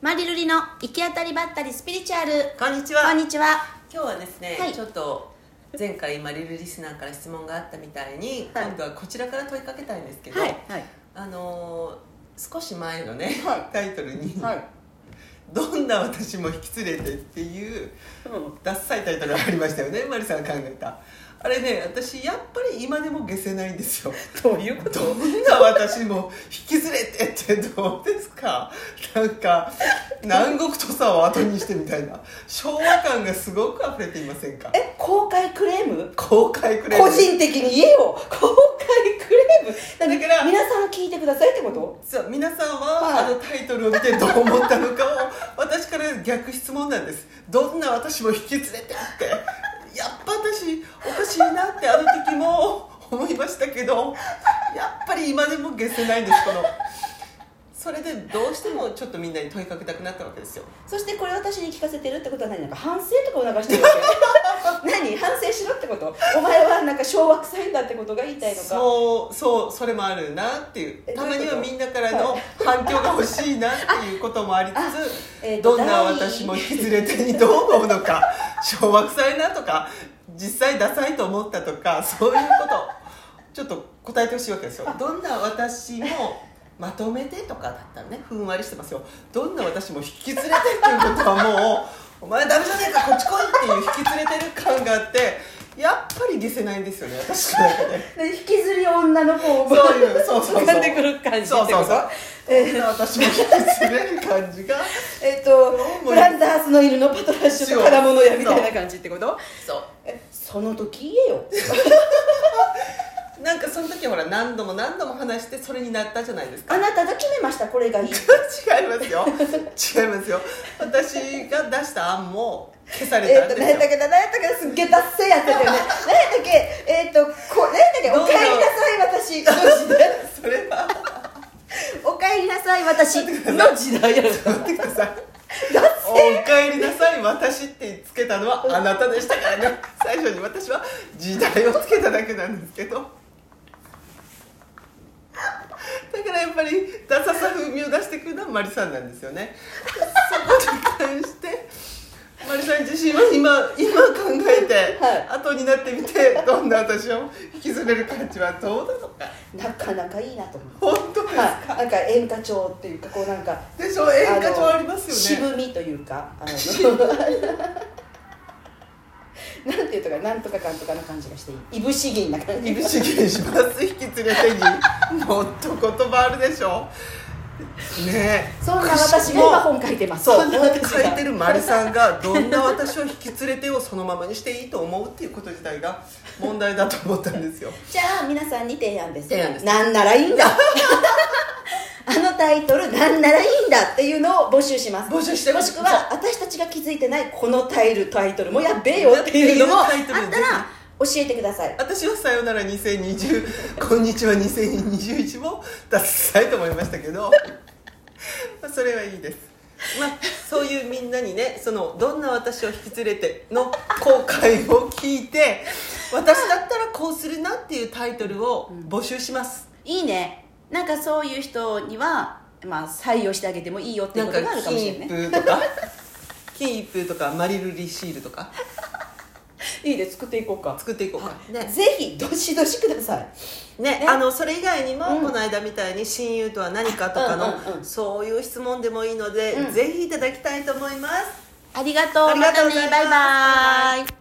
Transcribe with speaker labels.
Speaker 1: マリルリの行き当たりばったりスピリチュアル
Speaker 2: こんにちは
Speaker 1: こんにちは
Speaker 2: 今日はですね、
Speaker 1: はい
Speaker 2: ちょっと前回マリルリスナーから質問があったみたいに、
Speaker 1: はい
Speaker 2: 今度はこちらから問いかけたいんですけど、
Speaker 1: はいはい
Speaker 2: あのー少し前のね、
Speaker 1: は
Speaker 2: タイトルに、
Speaker 1: はい
Speaker 2: どんな私も引き連れて」っていうダッサいタイトルがありましたよねマ リさんが考えたあれね私やっぱり今でも消せないんですよ
Speaker 1: どういうこ
Speaker 2: どんな私も引き連れてってどうですかなんか南国土佐を後にしてみたいな昭和感がすごく溢れていませんか
Speaker 1: え公開クレーム
Speaker 2: 公開くれ
Speaker 1: 個人的に言えよ公開クレームだ
Speaker 2: だ
Speaker 1: か
Speaker 2: からら
Speaker 1: 皆さん聞いてくださいってこと
Speaker 2: さあ皆さんは、
Speaker 1: はい
Speaker 2: あのタイトルを見てどう思ったのかを私から逆質問なんですどんな私も引き連れてってやっぱ私おかしいなってあの時も思いましたけどやっぱり今でも消せないんですこのそれでどうしてもちょっとみんなに問いかけたくなったわけですよ
Speaker 1: そしてこれ私に聞かせてるってことは何なんか反省とかを促してるわ け何反省しろってことお前はなんか昭和臭いんだってことが言いたいのか
Speaker 2: そうそうそれもあるなっていう
Speaker 1: え
Speaker 2: たま
Speaker 1: どうい
Speaker 2: には
Speaker 1: うこと
Speaker 2: みんなからの反響が欲しいなっていうこともありつつ、
Speaker 1: えーと
Speaker 2: どんな私も引き連れてにどう思うのか昭和臭いなとか実際ダサいと思ったとかそういうことちょっと答えてほしいわけですよどんな私もまとめてとかだったらねふんわりしてますよどんな私も引き連れてっていうことはもうお前ダメじゃねえかこっち来いっていう引き連れてる感があってやっぱり消せないんですよね私の中で。
Speaker 1: で引きずり女の子を
Speaker 2: そういうそうそうそう
Speaker 1: 掴んでくる感じってこと
Speaker 2: そうそうそう
Speaker 1: えー
Speaker 2: 私も引き連れる感じが
Speaker 1: えっと
Speaker 2: うも
Speaker 1: フランダースの犬のパトラッシュと金物屋みたいな感じってこと
Speaker 2: そう
Speaker 1: えその時言えよ
Speaker 2: なんかその時ほら何度も何度も話してそれになったじゃないですか
Speaker 1: あなたが決めましたこれがいい
Speaker 2: 違いますよ違いますよ私が出した案も消され
Speaker 1: え
Speaker 2: たん
Speaker 1: っと
Speaker 2: です
Speaker 1: 何や
Speaker 2: よ
Speaker 1: ったっけな何やったっけなすっげえ達成やっ てたよね何やったっけえっとこ何やったっけ
Speaker 2: ど
Speaker 1: お
Speaker 2: う
Speaker 1: 帰
Speaker 2: だろう
Speaker 1: りなさい私の時代
Speaker 2: それは
Speaker 1: お帰りなさい私 の時代やろ
Speaker 2: 待ってください
Speaker 1: だ
Speaker 2: 「お帰りなさい私」ってつけたのはあなたでしたからね最初に私は時代をつけただけなんですけどだからやっぱりダサさ風味を出してくるのはマリさんなんですよねそこに関してマリさん自身は今今考えて、
Speaker 1: はい
Speaker 2: 後になってみてどんな私を引きずれる感じはどうなのか
Speaker 1: なかなかいいなと思う
Speaker 2: 本当ですか、
Speaker 1: はい、なんか演歌調っていうかこうなんか
Speaker 2: でしょ演歌調ありますよね
Speaker 1: の渋みというかあ の なんていうとかなんとかかんとかの感じがしていいいぶし銀な感じ
Speaker 2: いぶし銀します引き連れてにもっと言葉あるでしょねえ
Speaker 1: そんな私が今本書いてます
Speaker 2: そう
Speaker 1: そんな
Speaker 2: 本
Speaker 1: 私
Speaker 2: 書
Speaker 1: が
Speaker 2: いてるマリさんがどんな私を引き連れてをそのままにしていいと思うっていうこと自体が問題だと思ったんですよ
Speaker 1: じゃあ皆さんに提案です
Speaker 2: 提案です
Speaker 1: なんならいいんだあのタイトルなんならいいんだっていうのを募集します
Speaker 2: 募集して
Speaker 1: も
Speaker 2: ます
Speaker 1: しくは私たちが気づいてないこのタイルタイトルもやっべ えよっていうのもあっ
Speaker 2: っていう
Speaker 1: た
Speaker 2: タイトル
Speaker 1: ら
Speaker 2: をぜ
Speaker 1: 教え
Speaker 2: ひ
Speaker 1: てください
Speaker 2: 私は「さよなら2020」「こんにちは2021」も出したいと思いました けどまあそれはいいですまあそういうみんなにねその「どんな私を引き連れて」の後悔を聞いて私だったらこうするなっていうタイトルを募集します、
Speaker 1: いいねなんかそういう人には、まあ、採用してあげてもいいよっていうことがあるかもしれない
Speaker 2: キ
Speaker 1: ね
Speaker 2: ープとかキープとかマリルリシールとか
Speaker 1: いいで作っていこうか
Speaker 2: 作っていこうか、ね
Speaker 1: ぜひどしどしください
Speaker 2: ね
Speaker 1: ね
Speaker 2: あのそれ以外にも、
Speaker 1: うん
Speaker 2: この間みたいに親友とは何かとかの、
Speaker 1: うんうんうん
Speaker 2: そういう質問でもいいので、
Speaker 1: うん
Speaker 2: ぜひいただきたいと思います
Speaker 1: ありがとう
Speaker 2: ありがとうございます
Speaker 1: またねバイバイ